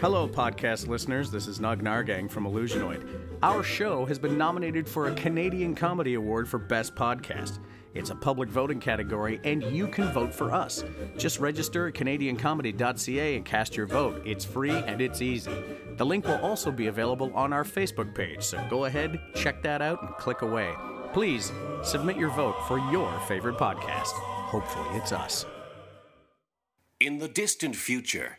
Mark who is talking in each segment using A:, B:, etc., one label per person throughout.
A: Hello, podcast listeners. This is Nug Nargang from Illusionoid. Our show has been nominated for a Canadian Comedy Award for Best Podcast. It's a public voting category, and you can vote for us. Just register at CanadianComedy.ca and cast your vote. It's free and it's easy. The link will also be available on our Facebook page, so go ahead, check that out, and click away. Please submit your vote for your favorite podcast. Hopefully, it's us.
B: In the distant future,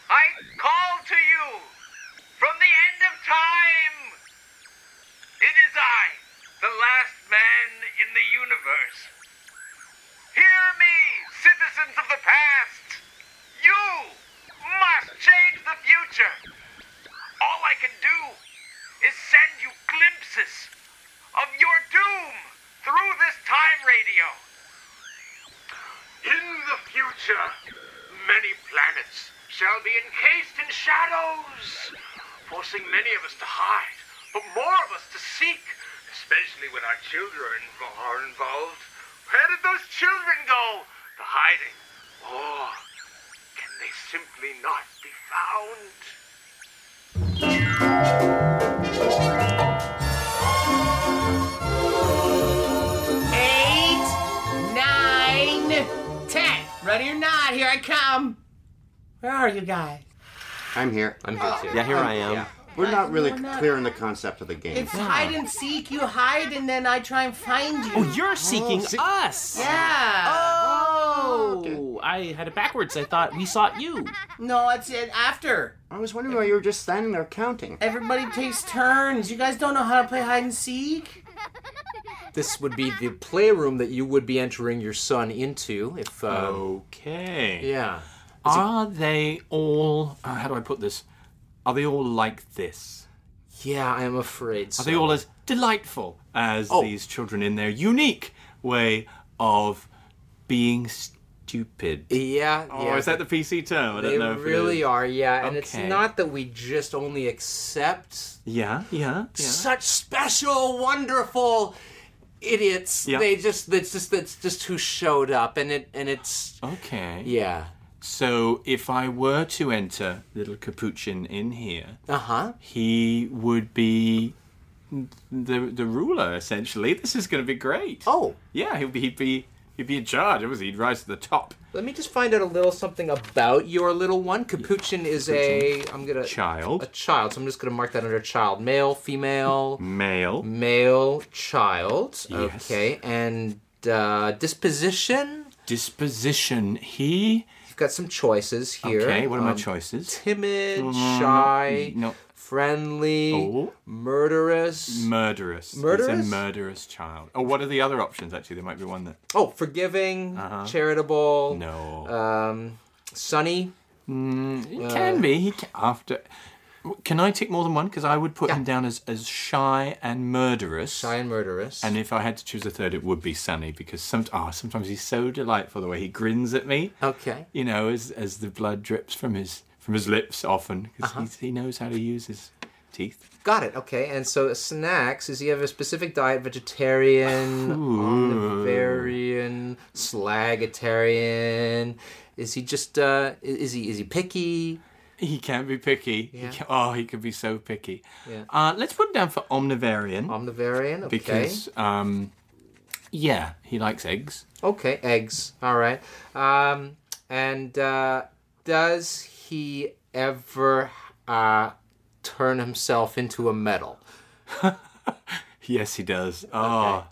C: I call to you from the end of time. It is I, the last man in the universe. Hear me, citizens of the past. You must change the future. All I can do is send you glimpses of your doom through this time radio. In the future, many planets shall be encased in shadows, forcing many of us to hide, but more of us to seek, especially when our children are involved. Where did those children go? To hiding. Oh. Or can they simply not be found?
D: Eight, nine, ten. Ready or not, here I come. Where are you guys?
E: I'm here.
F: I'm here too.
G: Yeah, here I am.
E: We're not really
D: We're not-
E: clear on the concept of the game.
D: It's hide and seek. You hide and then I try and find you.
F: Oh, you're seeking us.
D: yeah.
F: Oh, I had it backwards. I thought we sought you.
D: No, it's it after.
E: I was wondering why you were just standing there counting.
D: Everybody takes turns. You guys don't know how to play hide and seek.
H: This would be the playroom that you would be entering your son into if. Uh,
F: Okay.
H: Yeah.
F: Are they all? Uh, how do I put this? Are they all like this?
H: Yeah, I am afraid so.
F: Are they all as delightful as
H: Oh.
F: these children in their unique way of being stupid?
H: Yeah.
F: Oh,
H: yeah.
F: is that the PC term? I
H: They
F: don't know. If
H: really
F: it is.
H: are, yeah. And it's
F: Okay.
H: not that we just only accept
F: Yeah, yeah, yeah.
H: such special, wonderful idiots.
F: Yeah.
H: They just that's just that's just who showed up, and it and it's
F: okay.
H: yeah.
F: So if I were to enter little Capuchin in here,
H: Uh huh.
F: he would be the the ruler essentially. This is going to be great.
H: Oh,
F: yeah, he'd be he'd be he'd be in charge. Obviously, he'd rise to the top.
H: Let me just find out a little something about your little one. Capuchin is a I'm gonna
F: Child.
H: a child. So I'm just gonna mark that under child. Male, female,
F: Male.
H: male, child.
F: Yes.
H: Okay, and uh, disposition.
F: Disposition. He.
H: You've got some choices here.
F: Okay. What are my
H: Um,
F: choices? Mm,
H: Timid, shy,
F: no.
H: friendly,
F: Oh.
H: murderous.
F: Murderous. He's
H: Murderous?
F: a murderous child. Oh, what are the other options? Actually, there might be one that.
H: oh, forgiving, charitable.
F: Uh-huh. No.
H: Um, sunny.
F: He Mm, can be. He can, after. Can I tick more than one? Because I would put him down as, as shy and murderous.
H: Shy and murderous.
F: And if I had to choose a third, it would be Sunny because some, ah, sometimes he's so delightful the way he grins at me.
H: okay.
F: You know, as as the blood drips from his from his lips often because
H: Uh-huh.
F: he knows how to use his teeth.
H: Got it. Okay. And so snacks. Does he have a specific diet? Vegetarian, omnivarian, slagitarian. Is he just? Uh, i- is he? Is he picky?
F: He can be picky. He
H: Yeah.
F: can- oh, he can be so picky.
H: Yeah.
F: Uh, let's put him down for omnivarian
H: Omnivarian. Okay.
F: because, um, yeah, he likes eggs.
H: Okay. Eggs. All right. Um, and uh, does he ever uh, turn himself into a metal?
F: Yes, he does. Oh.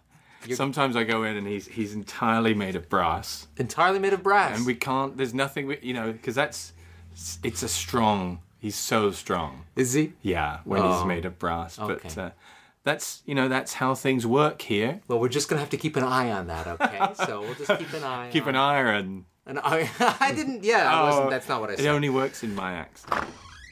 F: Sometimes I go in and he's he's entirely made of brass,
H: Entirely made of brass.
F: and we can't. There's nothing we, you know, because that's it's a strong. He's so strong.
H: is he? Oh.
F: Yeah, when he's made of brass. But
H: Okay.
F: uh, that's you know that's how things work here.
H: Well, we're just gonna have to keep an eye on that. Okay. so we'll just keep an eye.
F: Keep
H: on
F: an iron.
H: And I, I didn't. Yeah, I wasn't.
F: Oh,
H: That's not what I
F: It
H: said.
F: only works in my accent.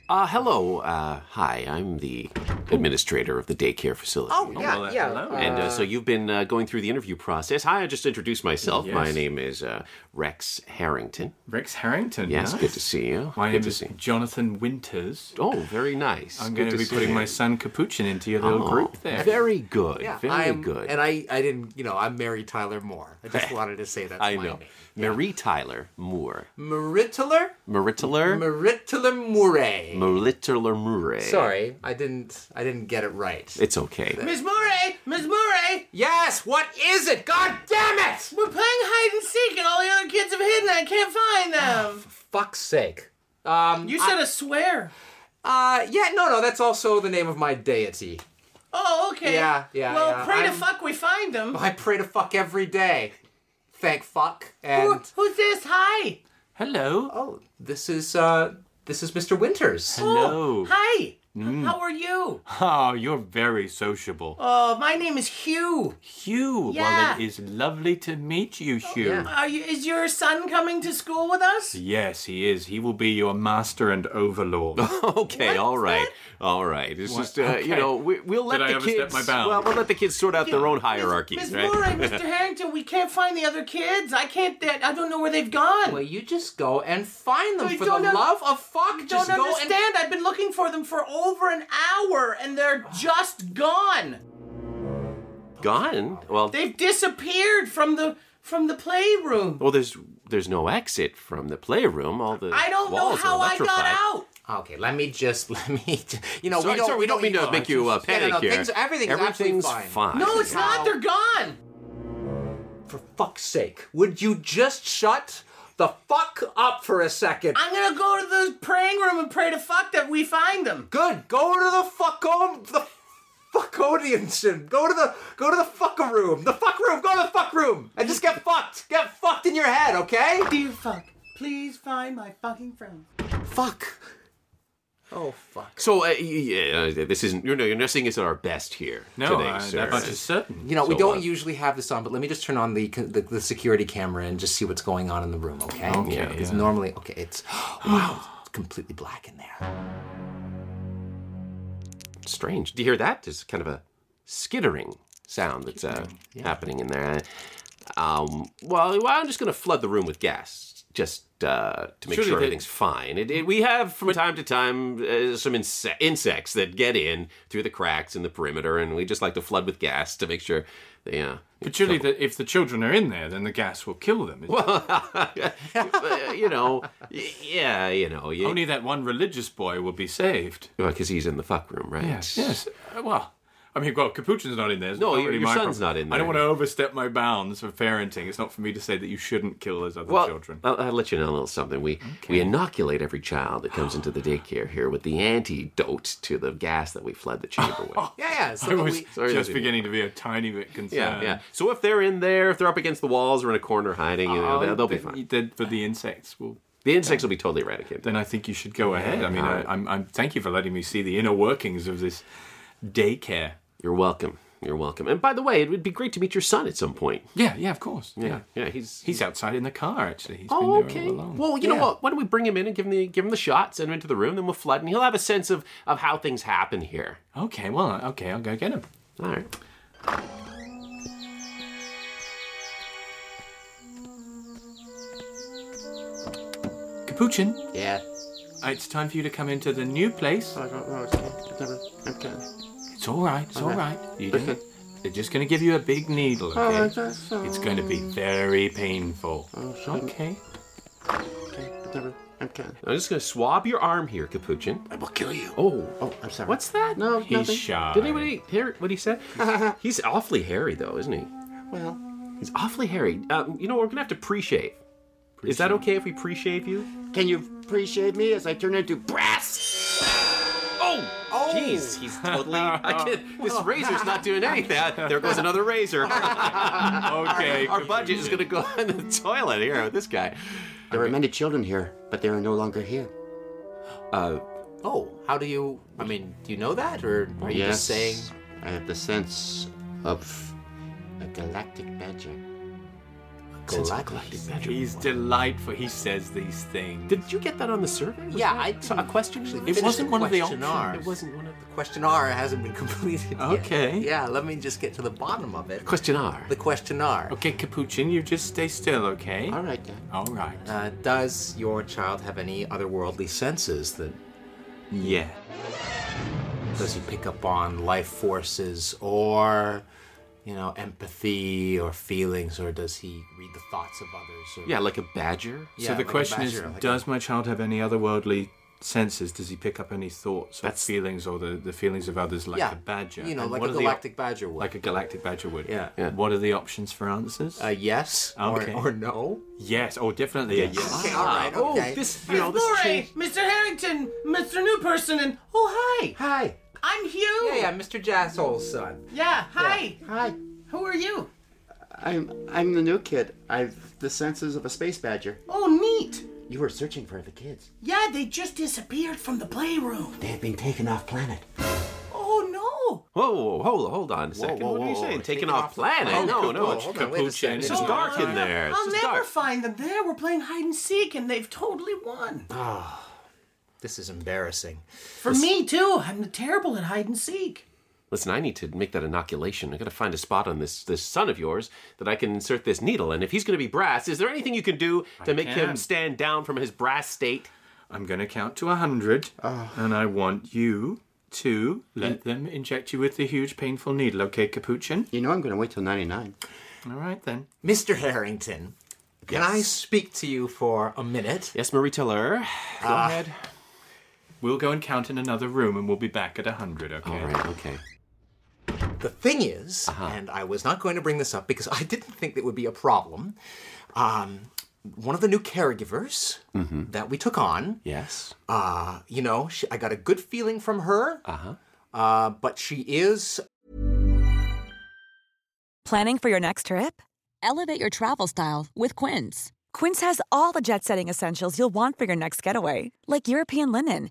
G: Uh, hello. Uh, hi, I'm the administrator of the daycare facility.
H: oh, yeah,
F: well,
H: yeah.
F: hello.
G: And uh, so you've been uh, going through the interview process. Hi, I just introduced myself. My
F: Yes.
G: name is uh, Rex Harrington.
F: Rex Harrington.
G: Yes,
F: nice.
G: good to see you.
F: My
G: good
F: name
G: to
F: is
G: see you.
F: Jonathan Winters.
G: Oh, very nice.
F: I'm
G: Good
F: going to
G: to
F: be
G: see
F: putting
G: you.
F: my son Capuchin into your little
G: Oh,
F: group there.
G: Very good. very
H: I'm,
G: good.
H: And I, I didn't. You know, I'm Mary Tyler Moore. I just wanted to say that.
G: I know. Marie Tyler Moore.
H: Maritiler,
G: Maritiler?
H: Maritiler Moore.
G: Maritiler Moore.
H: Sorry, I didn't. I didn't get it right.
G: It's okay.
D: Miss Murray! Miss Murray!
H: yes. What is it? God damn it!
D: We're playing hide and seek and all the other kids have hidden. I can't find them.
H: Fuck's sake. Um.
D: You said a swear.
H: Uh. Yeah. No. No. That's also the name of my deity.
D: Oh, okay.
H: Yeah, yeah,
D: Well,
H: yeah,
D: pray to
H: I'm-
D: fuck we find them.
H: I pray to fuck every day. Thank fuck.
D: Who,
H: And
D: who's this? Hi.
F: Hello.
H: oh, this is uh, this is Mr. Winters.
G: Oh,
F: Hello.
D: Hi.
H: Mm.
D: How are you?
F: Oh, you're very sociable.
D: Oh, my name is Hugh.
F: Hugh, well,
D: Yeah.
F: it is lovely to meet you, Hugh.
D: Are you, is your son coming to school with us?
F: Yes, he is. He will be your master and overlord.
G: Okay, all right, all right. It's just uh, you
F: Okay.
G: know we, we'll let
F: Did I
G: the
F: overstep
G: kids.
F: my bound?
G: Well, we'll let the kids sort out their own hierarchies,
D: Miss
G: right?
D: Murray, Mr. Harrington, we can't find the other kids. I can't. they- I don't know where they've gone.
H: Well, you just go and find them
D: You
H: for the
D: don't un-
H: love of fuck.
D: don't
H: Just go
D: understand.
H: and
D: I've been looking for them for over an hour, and they're just gone.
G: Gone. Well,
D: They've disappeared from the from the playroom.
G: well, there's there's no exit from the playroom. All the
D: I don't know
G: walls are
D: how I got
G: electrified. Oh,
D: out.
H: Okay, let me just let me. j- You know,
G: Sorry,
H: we don't.
G: sorry, we don't mean to make you uh,
H: Yeah, no,
G: panic
H: no,
G: here.
H: things- everything's absolutely
G: everything's
H: fine.
G: fine.
D: No, it's not. They're gone.
H: For fuck's sake, would you just shut the fuck up for a second?
D: I'm gonna go to the praying room and pray to fuck that we find them.
H: Good. Go to the fuck. Go to the fuckodian. Go to the go to the fuck room. The fuck room. Go to the fuck room and just get fucked. Get fucked in your head, okay?
D: Dear fuck, please find my fucking friends.
H: Fuck. Oh fuck.
G: So uh, yeah, uh, this isn't. You know, you're nursing is at our best here
F: no,
G: today,
F: uh,
G: sir.
F: that much is certain.
H: You know, we
G: So,
H: don't
G: uh,
H: usually have this on, but let me just turn on the, the the security camera and just see what's going on in the room, okay?
F: Okay,
H: Yeah, because
F: yeah.
H: normally, okay, it's wow, it's completely black in there.
G: Strange. Do you hear that? There's kind of a skittering sound that's uh, happening in there. Um, well, well, I'm just going to flood the room with gas just uh, to make
F: Surely
G: sure
F: they-
G: everything's fine. It, it, we have from time to time uh, some inse- insects that get in through the cracks in the perimeter, and we just like to flood with gas to make sure. They, uh,
F: But surely, the, if the children are in there, then the gas will kill them. Well,
G: uh, you know, y- yeah, you know, you,
F: Only that one religious boy will be saved.
G: because he's in the fuck room, right?
F: Yes, yes. Uh, well, I mean, well, Capuchin's not in there. so it's
G: No,
F: not
G: your-
F: really
G: your
F: my
G: son's
F: problem.
G: not in
F: I don't
G: there.
F: want to overstep my bounds for parenting. It's not for me to say that you shouldn't kill those other
G: Well,
F: children.
G: I'll, I'll let you know a little something. We we inoculate every child that comes into the daycare here with the antidote to the gas that we flood the chamber
F: Oh,
G: with.
H: Yeah, yeah. So
F: I
H: that
F: was
H: we,
G: Sorry,
F: just
G: Olivia.
F: beginning to be a tiny bit
G: Yeah,
F: concerned.
G: yeah. So if they're in there, if they're up against the walls or in a corner hiding, you know,
F: Oh,
G: they'll, they'll be
F: then
G: fine.
F: you did- but the insects will.
G: The insects will be totally eradicated.
F: Then I think you should go ahead. I mean, I,
G: alright.
F: I'm, I'm. Thank you for letting me see the inner workings of this daycare.
G: You're welcome. You're welcome. And by the way, it would be great to meet your son at some point.
F: Yeah, yeah, of course. Yeah,
G: Yeah, yeah, he's
F: he's outside in the car actually. He's
G: Oh,
F: been there
G: okay.
F: all along.
G: Well, you know
F: Yeah.
G: what? Why don't we bring him in and give him the give him the shot, send him into the room, then we'll flood, and he'll have a sense of of how things happen here.
F: Okay, well, okay, I'll go get him.
G: All right.
F: Capuchin,
E: Yeah.
F: it's time for you to come into the new place.
E: I don't know. It's, it's never. Okay.
F: It's all right. It's all
E: Okay.
F: right. You did. They're just going to give you a big needle. Okay.
E: Oh, that's so.
F: It's going to be very painful.
E: Oh, sure.
F: Okay.
E: Okay. It's never. Okay.
G: I'm just gonna swab your arm here, Capuchin.
E: I will kill you.
G: Oh,
E: Oh, I'm sorry.
G: what's that?
E: No,
F: He's
E: nothing.
F: shy.
G: Did anybody hear what he said? He's awfully hairy, though, isn't he?
E: Well,
G: He's awfully hairy. Um, you know, we're gonna have to pre-shave. Is that okay if we pre-shave you?
E: can you appreciate me as I turn into brass?
G: Oh, jeez, he's totally. I can't, this razor's not doing anything. There goes another razor.
F: Okay.
G: Our budget is gonna go in the toilet here with this guy.
E: There were many children here, but they are no longer here.
G: Uh,
H: Oh, how do you? I mean, do you know that, or are you just saying?
E: I have the sense of a galactic magic.
G: galactic magic.
F: He's delightful. He says these things.
G: Did you get that on the survey? Was
H: Yeah,
G: that
H: I
G: a question.
H: Finish
F: It wasn't
H: the
F: one of the
H: questionnaires.
G: It wasn't one of the
H: questionnaire hasn't been completed. yet.
F: Okay.
H: Yeah, let me just get to the bottom of it.
G: questionnaire.
H: The questionnaire.
F: Okay, Capuchin, you just stay still, okay?
E: All right then.
F: All right.
H: Uh, does your child have any otherworldly senses that
F: yeah.
H: does he pick up on life forces or you know empathy or feelings or does he read the thoughts of others or
G: Yeah, like a badger.
H: Yeah,
F: so the
H: like a
F: question is
H: badger, like a-
F: Does my child have any otherworldly senses? Does he pick up any thoughts or
G: That's-
F: feelings or the, the feelings of others like a badger?
H: you know
F: And
H: like
F: what are
H: a
F: the op-
H: galactic badger would
F: Like a galactic badger would.
H: Yeah.
G: Yeah.
F: What are the options for answers?
H: a yes
F: Okay.
H: or, or no
F: yes. Oh, definitely a yes.
H: okay all right
G: Oh,
H: okay
G: this you know this
D: Lori,
G: changed.
D: Mr. Harrington, Mr. New Person, and oh hi,
H: hi
D: I'm Hugh.
H: yeah yeah mr jassol's son
D: Yeah, hi.
E: Hi.
D: Who are you?
E: I'm I'm the new kid. I've the senses of a space badger.
D: Oh, neat.
E: You were searching for the kids.
D: Yeah, they just disappeared from the playroom.
E: They have been taken off planet.
D: Oh no.
G: Whoa, whoa, whoa, hold, hold on a second.
H: whoa,
G: what are you
H: whoa,
G: saying?
H: whoa.
G: Taking off planet?
F: Oh,
G: no,
F: good
G: no,
F: lord.
G: it's
H: hold on, wait a
F: capuchin. It's
H: second.
G: just
H: Oh,
G: dark
D: no,
G: in
D: no,
G: there. It's
D: I'll
G: just
D: never
G: dark.
D: find them there. We're playing hide and seek, and they've totally won.
F: Ah.
H: this is embarrassing
D: For me too. I'm terrible at hide and seek.
G: Listen, I need to make that inoculation. I gotta find a spot on this this son of yours that I can insert this needle. And if he's gonna be brass, is there anything you can do to make him
F: can.
G: stand down from his brass state?
F: I'm going to count to a 100,
H: Ah.
F: and I want you to let them inject you with the huge painful needle, okay, Capuchin?
E: You know I'm gonna wait till ninety nine.
F: All right, then.
H: mr harrington can i speak to you for a minute
G: Yes, Marie Teller. Go
H: Ah.
G: ahead.
F: We'll go and count in another room, and we'll be back at a 100, okay?
G: All right, okay. Uh-huh.
H: The thing is, and I was not going to bring this up because I didn't think that would be a problem. Um, one of the new caregivers that we took on,
G: Yes.
H: uh, you know, she, I got a good feeling from her. Uh-huh. Uh, but she is
I: Planning for your next trip? Elevate your travel style with Quince. Quince has all the jet setting essentials you'll want for your next getaway, like European linen,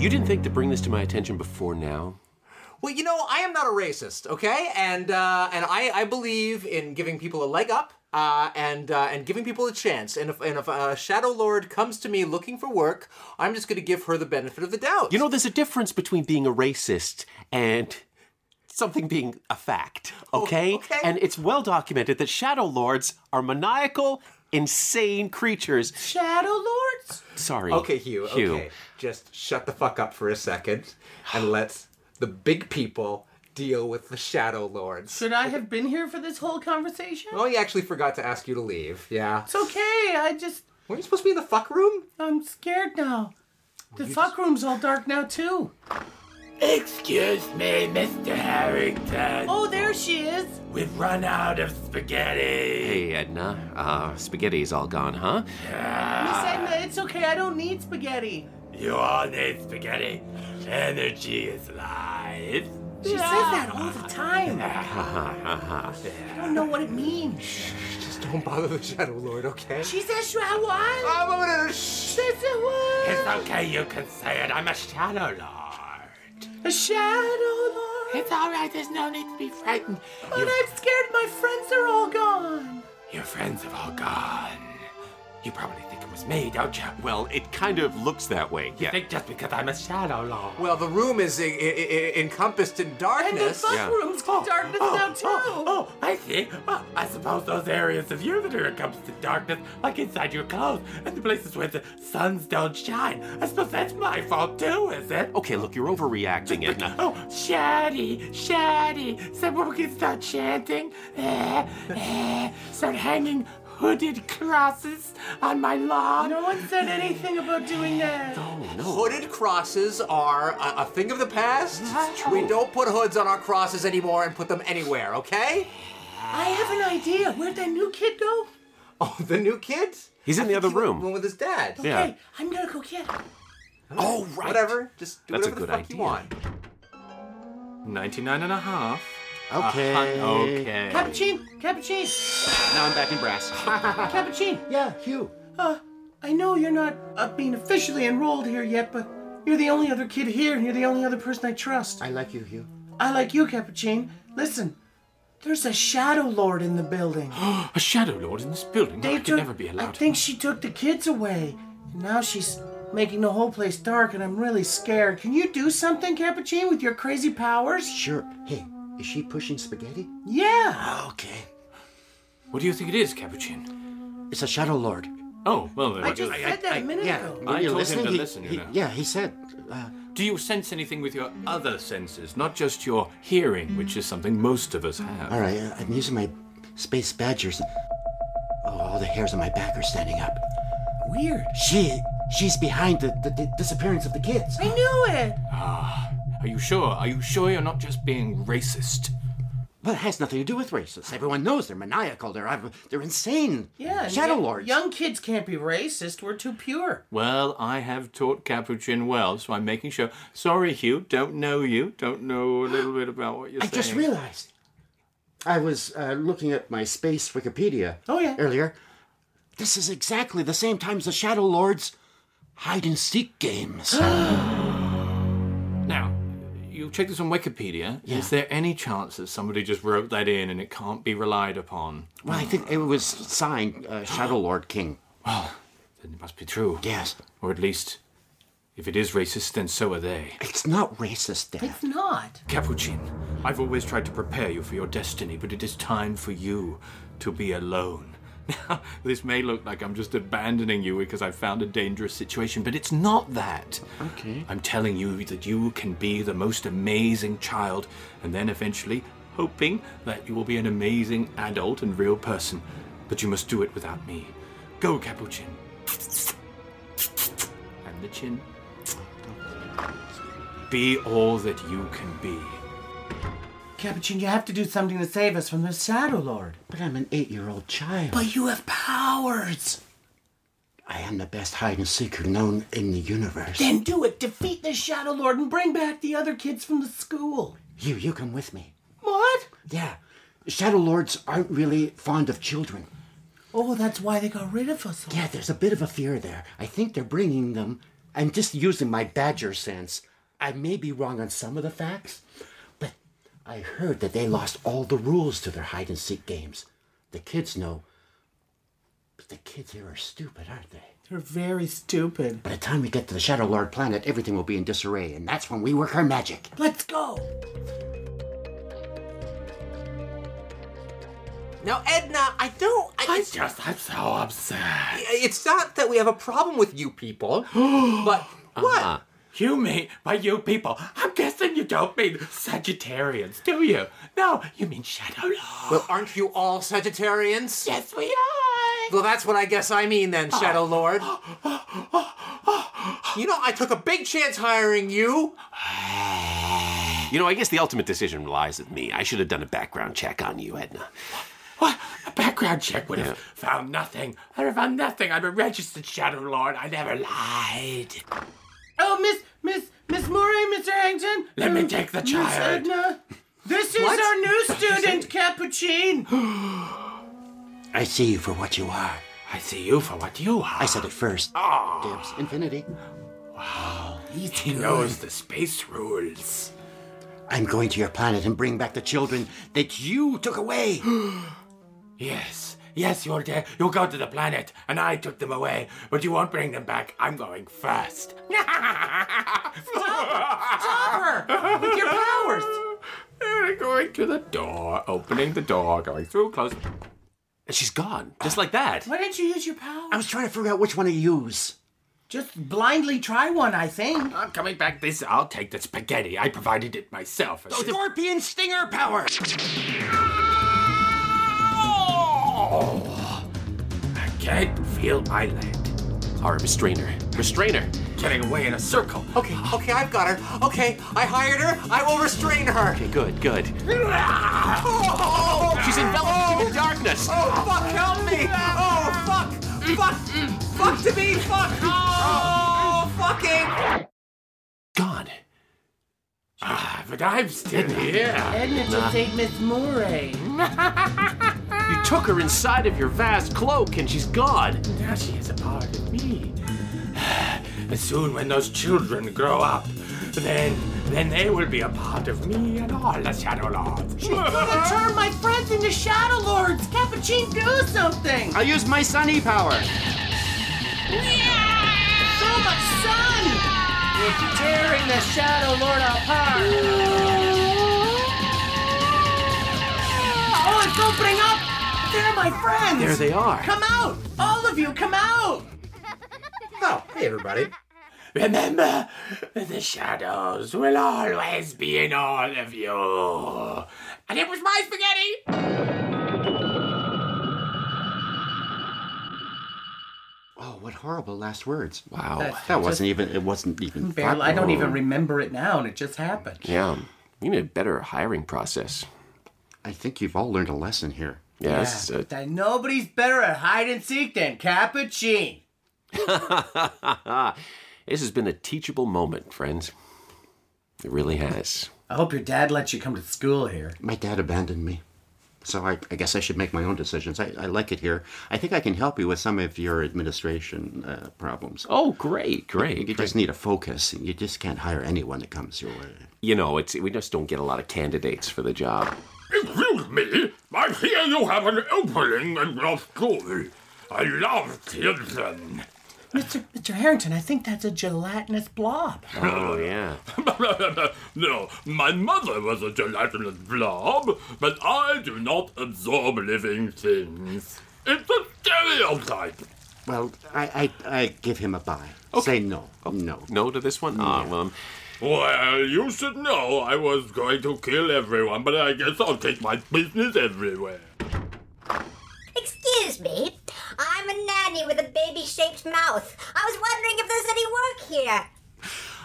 G: You didn't think to bring this to my attention before now?
H: Well, you know, I am not a racist, okay? And uh, and I, I believe in giving people a leg up uh, and uh, and giving people a chance. And if and if a shadow lord comes to me looking for work, I'm just going to give her the benefit of the doubt.
G: You know, there's a difference between being a racist and something being a fact, okay?
H: Oh, okay.
G: And it's well documented that shadow lords are maniacal, insane creatures.
D: Shadow lords.
G: Sorry.
H: Okay, Hugh, Okay, just shut the fuck up for a second and let the big people deal with the shadow lords.
D: Should I have been here for this whole conversation?
H: Oh, he actually forgot to ask you to leave. Yeah.
D: It's okay. I just
H: Weren't you supposed to be in the fuck room?
D: I'm scared now. The fuck room's all dark now too.
J: Excuse me, Mr. Harrington.
D: Oh, there she is.
J: We've run out of spaghetti.
G: Hey, Edna. Uh, spaghetti's all gone, huh?
D: Miss Edna, it's okay. I don't need spaghetti.
J: You all need spaghetti. Energy is life.
D: She says that all the time. I don't know what it means.
H: Just don't bother the Shadow Lord, okay?
D: She's a Shroud Oh, She's a what?
J: It's okay, you can say it. I'm a shadow lord.
D: A shadow lord.
J: It's all right. There's no need to be frightened.
D: But I'm scared. My friends are all gone.
J: Your friends have all gone. You probably think it was me, don't you?
G: Well, it kind of looks that way.
J: You think just because I'm a shadow lord.
H: Well, the room is I- I- I- encompassed in
D: And the
H: darkness.
D: bus room's darkness now, too.
J: Oh, I see. Well, I suppose those areas of you that are encompassed in darkness, like inside your clothes, and the places where the suns don't shine. I suppose that's my fault too, is it?
G: Okay, look, you're overreacting, Edna.
J: Oh, Shaddy, Shaddy, someone can start chanting. Eh, eh, start hanging hooded crosses on my lawn.
D: No one said anything about doing that.
H: Hooded crosses are a, a thing of the past. We don't put hoods on our crosses anymore and put them anywhere, okay?
D: I have an idea. Where'd that new kid go?
H: Oh, the new kid?
G: He's in the other room.
H: One with his dad.
G: Yeah.
D: Hey, I'm gonna go get him.
G: Oh, right.
H: Whatever. Just do
G: That's a
H: whatever the
G: good
H: fuck you
G: idea.
H: want.
F: 99 and a half.
E: Okay.
F: A hun- okay.
D: Cappuccino, cappuccino,
F: Now I'm back in brass.
D: cappuccino.
E: Yeah, Hugh.
D: Uh, I know you're not uh, being officially enrolled here yet, but you're the only other kid here, and you're the only other person I trust.
E: I like you, Hugh.
D: I like you, Cappuccino. Listen, there's a Shadow Lord in the building.
J: A shadow lord in this building? I
D: They
J: could
D: took-
J: never be
D: I
J: allowed.
D: think she took the kids away. And now she's making the whole place dark, and I'm really scared. Can you do something, Cappuccino, with your crazy powers?
E: Sure. Hey, is she pushing spaghetti?
D: Yeah.
E: Okay.
F: What do you think it is, Capuchin?
E: It's a Shadow Lord.
F: Oh, well, then.
D: I just said that a minute
E: yeah.
D: ago.
E: when
F: I
E: you're
F: told him
E: listening,
F: to
E: he-
F: listen, you
E: he-
F: know.
E: Yeah, he said. Uh,
F: Do you sense anything with your other senses, not just your hearing, which is something most of us have?
E: all right, uh, I'm using my space badgers. Oh, all the hairs on my back are standing up.
D: Weird.
E: She, she's behind the, the, the disappearance of the kids.
D: I knew it.
F: Ah, Are you sure? Are you sure you're not just being racist?
E: But it has nothing to do with racists. Everyone knows they're maniacal. They're av- they're insane.
D: Yeah. and
E: Shadow
D: y-
E: lords.
D: Young kids can't be racist. We're too pure.
F: Well, I have taught Capuchin well, so I'm making sure. Sorry, Hugh, don't know you. Don't know a little bit about what you're
E: I
F: saying.
E: just realized. I was uh, looking at my space Wikipedia.
D: Oh, yeah.
E: Earlier, this is exactly the same time as the Shadow Lords hide and seek games.
F: Now, you check this on Wikipedia. Is there any chance that somebody just wrote that in and it can't be relied upon?
E: well, I think it was signed uh, Shadow Lord King.
F: Then it must be true.
E: Yes,
F: Or at least, if it is racist, then so are they.
E: it's not racist, Dad.
D: It's not.
F: Capuchin, I've always tried to prepare you for your destiny, but it is time for you to be alone. Now, this may look like I'm just abandoning you because I found a dangerous situation, but it's not that.
E: Okay.
F: I'm telling you that you can be the most amazing child, and then eventually hoping that you will be an amazing adult and real person. But you must do it without me. Go, Capuchin. And the chin. Be all that you can be.
D: Cappuccino, you have to do something to save us from the Shadow Lord.
E: But I'm an eight-year-old child.
D: But you have powers.
E: I am the best hide and seeker known in the universe.
D: Then do it. Defeat the Shadow Lord and bring back the other kids from the school.
E: You, you come with me.
D: What?
E: Yeah, Shadow Lords aren't really fond of children.
D: Oh, that's why they got rid of us. all.
E: Yeah, there's a bit of a fear there. I think they're bringing them. I'm just using my badger sense. I may be wrong on some of the facts, but I heard that they lost all the rules to their hide and seek games. The kids know, but the kids here are stupid, aren't they?
D: They're very stupid.
E: By the time we get to the Shadow Lord planet, everything will be in disarray, and that's when we work our magic.
D: Let's go.
H: Now, Edna, I don't. I,
J: I
H: it's,
J: just, I'm so upset.
H: it's not that we have a problem with you people, but
F: Uh-huh.
H: what?
J: You mean, by you people, I'm guessing you don't mean Sagittarians, do you? No, you mean shadow lords.
H: Well, aren't you all Sagittarians?
J: yes, we are.
H: Well, that's what I guess I mean then, Shadow Lord. You know, I took a big chance hiring you.
G: You know, I guess the ultimate decision lies with me. I should have done a background check on you, Edna.
J: Background check would have found nothing. I'd have found nothing. I'm a registered Shadow Lord. I never lied.
D: Oh, Miss Miss Miss Murray, Mr. Harrington.
J: Let me take the
D: Miss
J: child.
D: Edna. This is
J: What?
D: our new student, Cappuccino.
E: I see you for what you are.
J: I see you for what you are.
E: I said it first.
J: Oh.
E: Dibs. Infinity.
J: he knows the space rules.
E: I'm going to your planet and bring back the children that you took away.
J: Yes, yes, you'll da- you'll go to the planet, and I took them away, but you won't bring them back. I'm going first.
D: Stop her with your powers.
J: And going to the door, opening the door, going through, closing.
G: And she's gone, just like that.
D: Why didn't you use your power?
E: I was trying to figure out which one to use.
D: Just blindly try one, I think.
J: I'm coming back. This I'll take the spaghetti. I provided it myself.
E: Scorpion stinger power.
J: Oh, I can't feel my leg.
G: Our restrainer. Restrainer.
J: Getting away in a circle.
H: Okay, okay, I've got her. Okay, I hired her. I will restrain her.
G: Okay, good, good.
H: Oh,
G: She's enveloped in the darkness.
H: oh, fuck, help me. Oh, fuck, fuck, fuck to me, fuck. Oh, fucking.
G: Gone.
J: Ah, but I'm still here.
D: Edna to take Miss Murray.
G: You took her inside of your vast cloak and she's gone.
J: Now she is a part of me. And soon, when those children grow up, then then they will be a part of me and all the Shadow Lords.
D: Gonna turn my friends into Shadow Lords. Cappuccino, do something.
E: I used my sunny power.
D: So much sun. You're tearing the Shadow Lord apart. Oh, it's opening up. They're my friends.
G: There they are.
D: Come out, all of you. Come out.
H: Oh, hey, everybody.
J: Remember, the shadows will always be in all of you. And it was my spaghetti.
E: Oh, what horrible last words.
G: Wow.
E: That wasn't even, it wasn't even.
D: Barely, I don't even remember it now, and it just happened.
G: yeah. You need a better hiring process.
E: I think you've all learned a lesson here.
G: Yeah, this is
D: That nobody's better at hide and seek than Cappuccino.
G: a- this has been a teachable moment, friends. It really has.
D: I hope your dad lets you come to school here.
E: My dad abandoned me. So I, I guess I should make my own decisions. I, I like it here. I think I can help you with some of your administration uh, problems.
G: Oh, great, great.
E: You just need a focus. You just can't hire anyone that comes your way.
G: You know, it's we just don't get a lot of candidates for the job.
J: Excuse me, I hear you have an opening in your school. I love children.
D: Mr. Mr. Harrington, I think that's a gelatinous blob.
G: Oh yeah.
J: no, my mother was a gelatinous blob, but I do not absorb living things. It's a stereotype.
E: Well, I, I, I give him a buy. Say no. No.
G: Oh, No to this one? Ah, well, um,
J: Well, you should know I was going to kill everyone, but I guess I'll take my business everywhere.
K: Excuse me. I'm a nanny with a baby shaped mouth. I was wondering if there's any work here.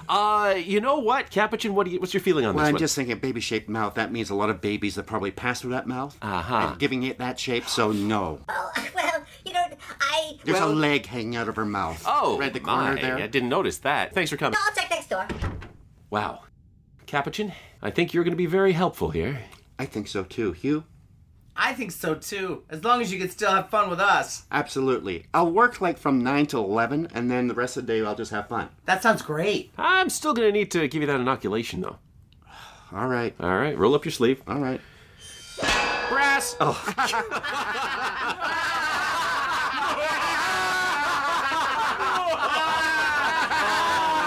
G: uh, you know what, Capuchin? What do you, what's your feeling on
E: Well,
G: this
E: I'm
G: one?
E: just thinking baby shaped mouth. That means a lot of babies that probably pass through that mouth. Uh-huh. And giving it that shape, so no.
K: Oh, well, you know, I.
E: There's a leg hanging out of her mouth.
G: oh,
E: Right the corner
G: my,
E: there.
G: I didn't notice that. Thanks for coming.
K: I'll check next door.
G: Wow, Capuchin, I think you're going to be very helpful here.
E: I think so too. Hugh?
D: I think so too, as long as you can still have fun with us.
E: Absolutely. I'll work like from 9 till 11, and then the rest of the day I'll just have fun.
D: That sounds great.
G: I'm still going to need to give you that inoculation, though.
E: All right.
G: All right, roll up your sleeve.
E: All right.
G: Brass. Oh.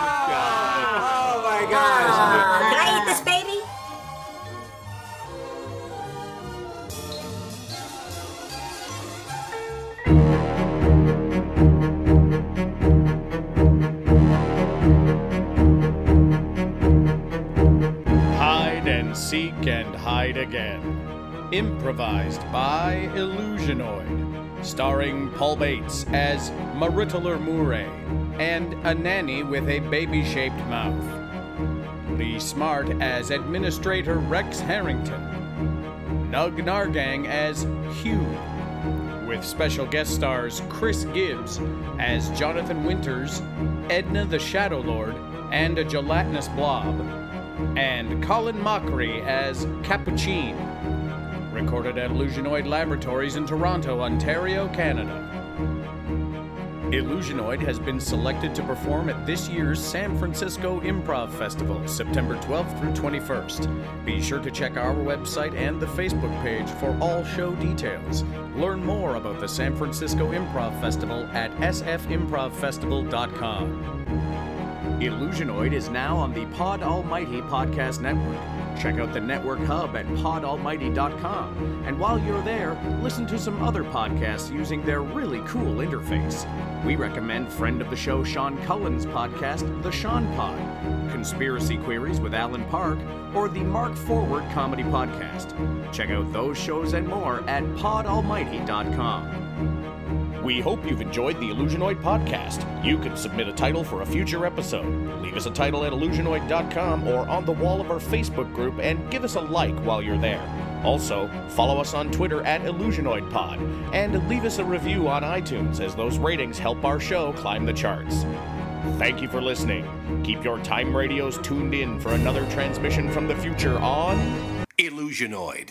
H: Oh my gosh.
K: Uh, can I eat this baby?
A: Hide and Seek and Hide Again. Improvised by Illusionoid. Starring Paul Bates as Maritaler Murray and a nanny with a baby shaped mouth. Cody Smart as Administrator Rex Harrington, Nug Nargang as Hugh, with special guest stars Chris Gibbs as Jonathan Winters, Edna the Shadow Lord, and a gelatinous blob, and Colin Mockery as Capuchin. Recorded at Illusionoid Laboratories in Toronto, Ontario, Canada. Illusionoid has been selected to perform at this year's San Francisco Improv Festival, September 12th through 21st. Be sure to check our website and the Facebook page for all show details. Learn more about the San Francisco Improv Festival at sfimprovfestival.com. Illusionoid is now on the Pod Almighty Podcast Network. Check out the network hub at podalmighty.com. And while you're there, listen to some other podcasts using their really cool interface. We recommend friend of the show Sean Cullen's podcast, The Sean Pod, Conspiracy Queries with Alan Park, or the Mark Forward Comedy Podcast. Check out those shows and more at podalmighty.com. We hope you've enjoyed the Illusionoid podcast. You can submit a title for a future episode. Leave us a title at illusionoid.com or on the wall of our Facebook group and give us a like while you're there. Also, follow us on Twitter at IllusionoidPod and leave us a review on iTunes as those ratings help our show climb the charts. Thank you for listening. Keep your time radios tuned in for another transmission from the future on
L: Illusionoid.